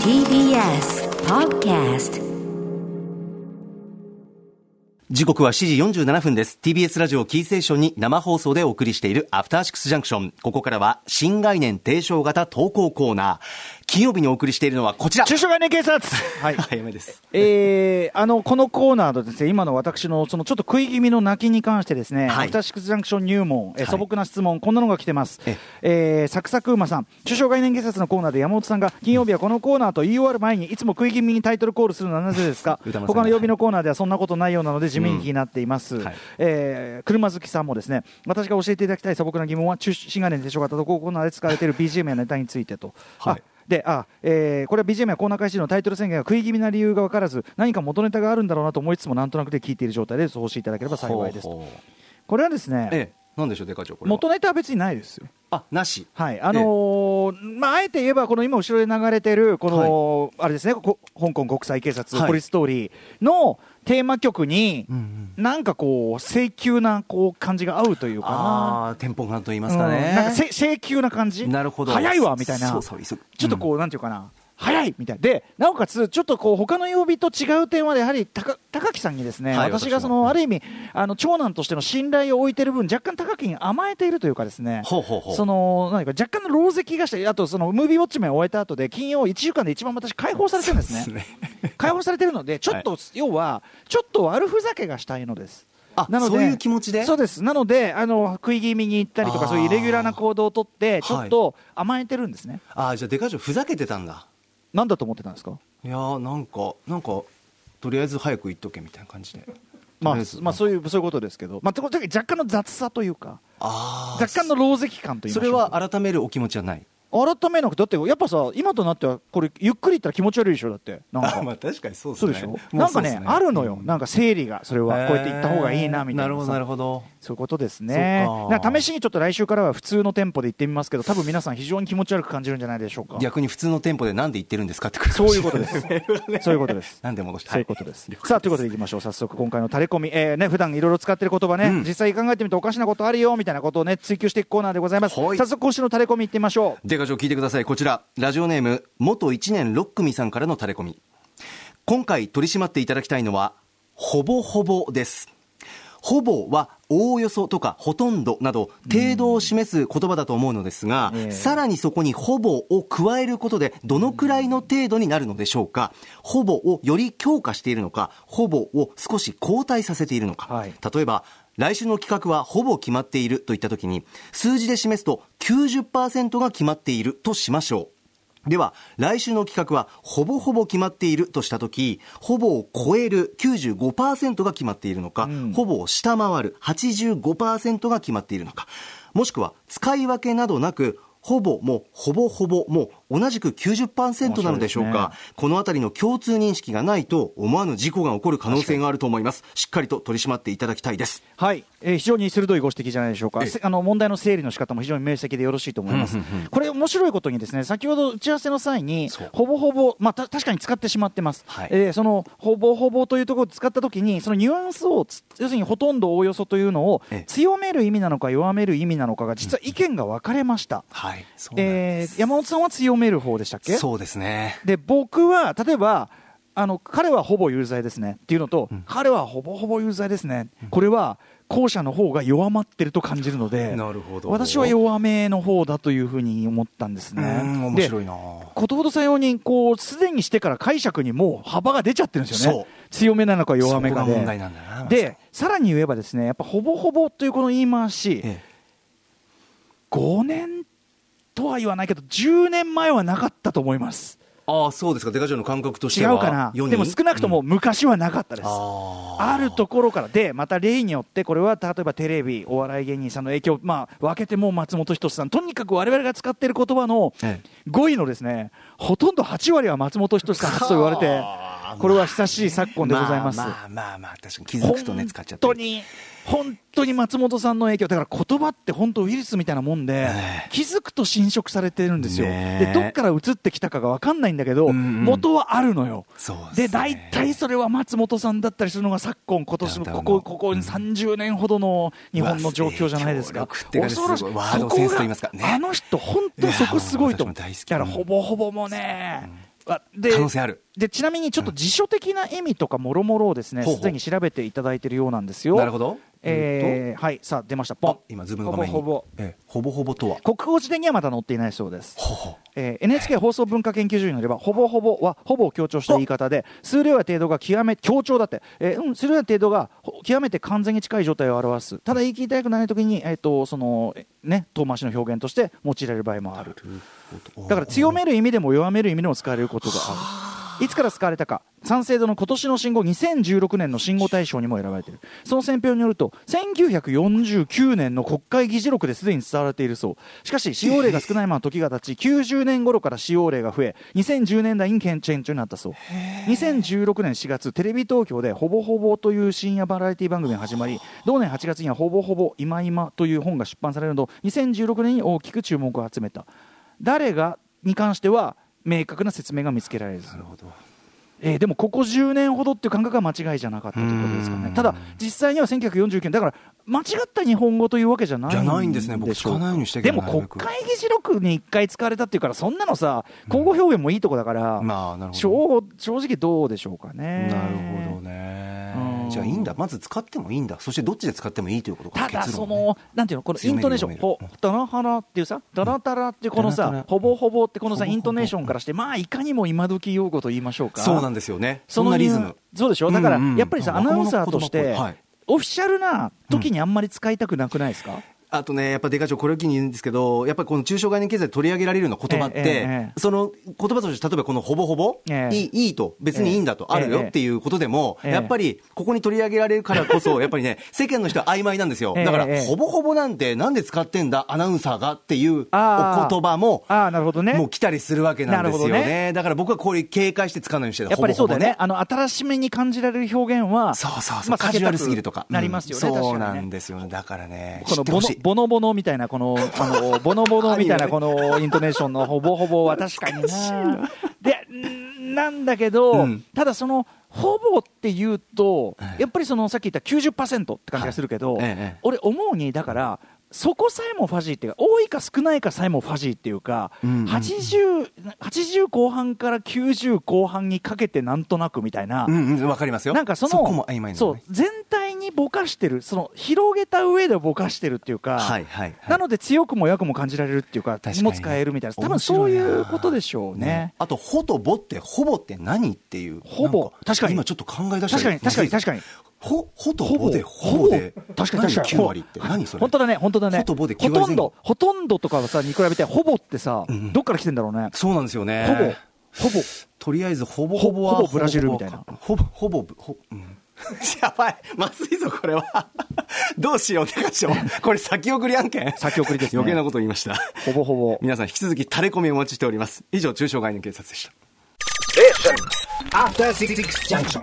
TBS Podcast 時刻は7時47分です TBS ラジオキーセーションに生放送でお送りしているアフターシックスジャンクションここからは新概念提唱型投稿コーナー金曜日にお送りしているのはこちら中小概念警察はい早めです えー、あのこのコーナーのですね今の私のそのちょっと食い気味の泣きに関してですね、はいアフターシックスジャンクション入門、はえーい素朴な質問こんなのが来てますええーサクサク馬さん中小概念警察のコーナーで山本さんが金曜日はこのコーナーと言い終わる前にいつも食い気味にタイトルコールするのはなぜですか歌丸さんが他の曜日のコーナーではそんなことないようなので地味に気になっています、んはいえー車好きさんもですね私が教えていただきたい素朴な疑問は中新概念提唱型のコーナーで使われている BGM やネタについてと、はいあであえーこれは BGM やコーナー開始時のタイトル宣言が食い気味な理由が分からず何か元ネタがあるんだろうなと思いつつもなんとなくで聞いている状態でお教えいただければ幸いですほうほうこれはですね、ええなんでしょうデカ長これは元ネタは別にないですよあなしはいあのーまあ、あえて言えば、この今、後ろで流れてる、この、あれですね、こ香港国際警察、はいポリストーリーのテーマ曲に、んなんかこう、請求なこう感じが合うというかな。ああテンポ感と言いまうすんかね、なんかせ請求な感じなるほど早いわみたいなそうそう急ぐちょっとこう、なんていうかな早いみたいなでなおかつちょっとこう他の曜日と違う点はやはり高高木さんにですね、はい私がそ私のもある意味あの長男としての信頼を置いてる分若干高木に甘えているというかですねほうほうほうその何か若干の狼藉がしてあとそのムービーウォッチメンを終えた後で金曜1週間で一番私解放されてるんですね そうです解放されてるのでちょっと、要はちょっと悪ふざけがしたいのですあなのでそういう気持ちでそうですなのであの食い気味に行ったりとあかーそういうイレギュラーな行動をとってちょっと甘えてるんですね、ああじゃあデカ長ふざけてたんだなんだと思ってたんですか、いやーなんかなんかとりあえず早く行っとけみたいな感じでまあとりえずまあ、そういうそういうことですけど、まあ、ととにかく若干の雑さというかあー若干の狼藉感というそれは改めるお気持ちはない改めなくてだってやっぱさ今となってはこれゆっくり言ったら気持ち悪いでしょだってなんかあ まあ確かにそうですそうねでしょもうなんそかうでねすあるのよなんか整理がそれはこうやって行った方がいいなみたいへーるなさほどなるほどそういうことですねそうかだから試しにちょっと来週からは普通のテンポで行ってみますけど多分皆さん非常に気持ち悪く感じるんじゃないでしょうか逆に普通の店舗でなんで行ってるんですかってくるかそもうしいれうことな ですそういうことですなんで戻したそういうことですはい。さあ、ということでいきましょう。早速、今回のタレコミ。えーね、普段いろいろ使ってる言葉ね、うん実際考えてみておかしなことあるよ、みたいなことをね、追求していくコーナーでございます。はい早速、今週のタレコミいってみましょデカ長聞いてくださいこちらラジオネーム元1年6組さんからのタレコミ今回取り締まっていただきたいのはほぼほぼですほぼはおおよそとかほとんどなど程度を示す言葉だと思うのですが、ええさらにそこにほぼを加えることでどのくらいの程度になるのでしょうかほぼをより強化しているのかほぼを少し後退させているのか、はい例えば来週の企画はほぼ決まっているといった時に数字で示すと90%が決まっているとしましょうでは来週の企画はほぼほぼ決まっているとした時ほぼを超える95%が決まっているのか、うんほぼを下回る85%が決まっているのかもしくは使い分けなどなくほぼもほぼほぼも同じく90%なのでしょう面白いかでこのあたりの共通認識がないと思わぬ事故が起こる可能性があると思いますしっかりと取り締まっていただきたいですう。はい。えー非常に鋭いご指摘じゃないでしょうかええ。せあの、問題の整理の仕方も非常に明晰でよろしいと思いますうんうんうん。これ、面白いことにですね、先ほど打ち合わせの際にそう、ほぼほぼ、まあ、た確かに使ってしまってます。はいえーその、ほぼほぼというところを使ったときに、そのニュアンスをつ、要するにほとんどおおよそというのをええ、強める意味なのか弱める意味なのかが、実は意見が分かれました。はいそうなんえでーす、山本さんは強める方でしたっけそうですねで僕は例えばあの彼はほぼ有罪ですねっていうのと、彼はほぼほぼ有罪ですね、これは後者の方が弱まってると感じるのでなるほど私は弱めの方だというふうに思ったんですうね。ん面白いなことほどさようにこうすでにしてから解釈にもう幅が出ちゃってるんですよそうね強めなのか弱めかそこでが問題なんだなでさらに言えばですねやっぱほぼほぼというこの言い回し、え5年とは言わないけど10年前はなかったと思いますえああそうですかデカ嬢の感覚とし違てはうかな世にでも少なくともうん昔はなかったです、あーあるところからでまた例によってこれは例えばテレビお笑い芸人さんの影響まあ分けても松本人志さんとにかく我々が使っている言葉のええ 5位のですねほとんど8割は松本人志さんと言われてはこれは親しい昨今でございます。まあまあまあ、確かに気づ本くとね、使っちゃって当る。に、本当に松本さんの影響、だから言葉って本当、ウイルスみたいなもんでえ、気づくと侵食されてるんですよ、ねえでどっから移ってきたかが分かんないんだけど、んうん元はあるのよ。そうですねで大体それは松本さんだったりするのが昨今、今年もだんだんこもこうここ30年ほどの日本の状況じゃないですうわか、影響力っていうかね恐ろしすごいワードセンスと言いますかそねこがあの人、本当そこすごいと思う、いやー私も大好きだからほぼほぼもね、わで可能性ある。でちなみにちょっと辞書的な意味とかもろもろをですねほうほすうでに調べていただいているようなんですよ。なるほどえーはいさあ出ましたポンあ今、ズームの画面に。ほぼほええほぼほぼとは。ぼ国語辞典にはまだ載っていないそうです。ほほえー NHK 放送文化研究所によればほぼほぼはほぼを強調した言い方で数量や程度が極め強調だって、えーうん、数量や程度がほ極めて完全に近い状態を表すただ言い切りたくない時に、えー、とそのえね遠回しの表現として用いられる場合もあるだから強める意味でも弱める意味でも使われることがある。いつから使われたか賛成度の今年の新語2016年の新語大賞にも選ばれているその選評によると1949年の国会議事録ですでに伝われているそうしかし使用例が少ないまま時が経ち90年頃から使用例が増え2010年代に顕著になったそう2016年4月テレビ東京で「ほぼほぼ」という深夜バラエティ番組が始まり同年8月には「ほぼほぼ今今」という本が出版されるなど2016年に大きく注目を集めた誰がに関しては明確な説明が見つけられるなるほど。えーでもここ10年ほどっていう感覚は間違いじゃなかったということですからうねんただ実際には1949年だから間違った日本語というわけじゃないじゃないんですね僕しょう聞かないようにしてるけでども国会議事録に一回使われたっていうからそんなのさ口語表現もいいとこだから、まあ、なるほど。正正直どうでしょうかねなるほどねう。んじゃあいいんだ。まず使ってもいいんだ。そしてどっちで使ってもいいということか。ただ結そ論ねの、なんていうの、このイントネーション、強ほめ、だらはらっていうさ、だらだらってこだらのださら、ほぼほぼってこのほぼさ、ほぼイントネーションからして、まあ、いかにも今時用語と言いましょうか。そうなんですよね。そそんのな理リ由ズム。そうでしょだからうんうんやっぱりさ、なんアかナウ若ン者のサーとし言葉って、ぽいはいオフィシャルな時にあんまり使いたくなくないですか、あとね、やっぱデカ長、これを機に言うんですけど、やっぱりこの中小概念経済で取り上げられるような言葉って、ええええその言葉として、例えばこのほぼほぼ、ええいいいいと、別にいいんだと、ええあるよっていうことでも、ええやっぱりここに取り上げられるからこ そ、やっぱりね、世間の人は曖昧なんですよ。ええだから、ええほぼほぼなんて、なんで使ってんだ、アナウンサーがっていうお言あー葉も、ああ、なるほどね。もう来たりするわけなんですよなるねほどだから僕はこれ警戒して使わないようにしてたやっぱりそうだよねほぼほぼあの新しめに感じられる表現は、そうそうそう、まあカジュアルすぎるとか。なりますよね、うん確そうかなにねんですよね。だからね、こ知のってボほノしいボノボノみたいなこのあ のボノボノみたいなこのイントネーションのほぼほぼは確かになでんなんだけど、うんただそのほぼっていうとええやっぱりそのさっき言った90%って感じがするけど、はいええ俺思うにだからそこさえもファジーっていうか多いか少ないかさえもファジーっていうか、うんうんうん 80, 80後半から90後半にかけてなんとなくみたいな、うんうん、わかりますよ。なんかそのこも曖昧なのね。そう全体にぼかしてるその広げた上でぼかしてるっていうか、はいはいはいなので強くも弱くも感じられるっていうか確かにも使えるみたいな多面分そ白ういいなうことでしょうね。あと、ほとぼって、ほぼって何っていう。ほぼなん確かに今ちょっと考え出した確かに確かに確かにほ、ほとぼで、ほぼほぼでほ。ぼ確かに確かに何9割って。何それ。本当だね本当だねほとぼで9ほ割前後とんどほとんどとかはさに比べてほぼってさ、んどっから来てんだろうね、そうなんですよね。ほぼほぼとりあえず、ほぼほぼは。ほほぼブラジルみたいなほぼ、ほぼ、ほ、うん。 やばい。まずいぞ、これは。 どうしよう、てかしょ。これ先送り案件先送りですね余計なこと言いました。ほぼほぼ皆さん引き続きタレコミお待ちしております。以上、中小概念警察でした。 After Six Junction.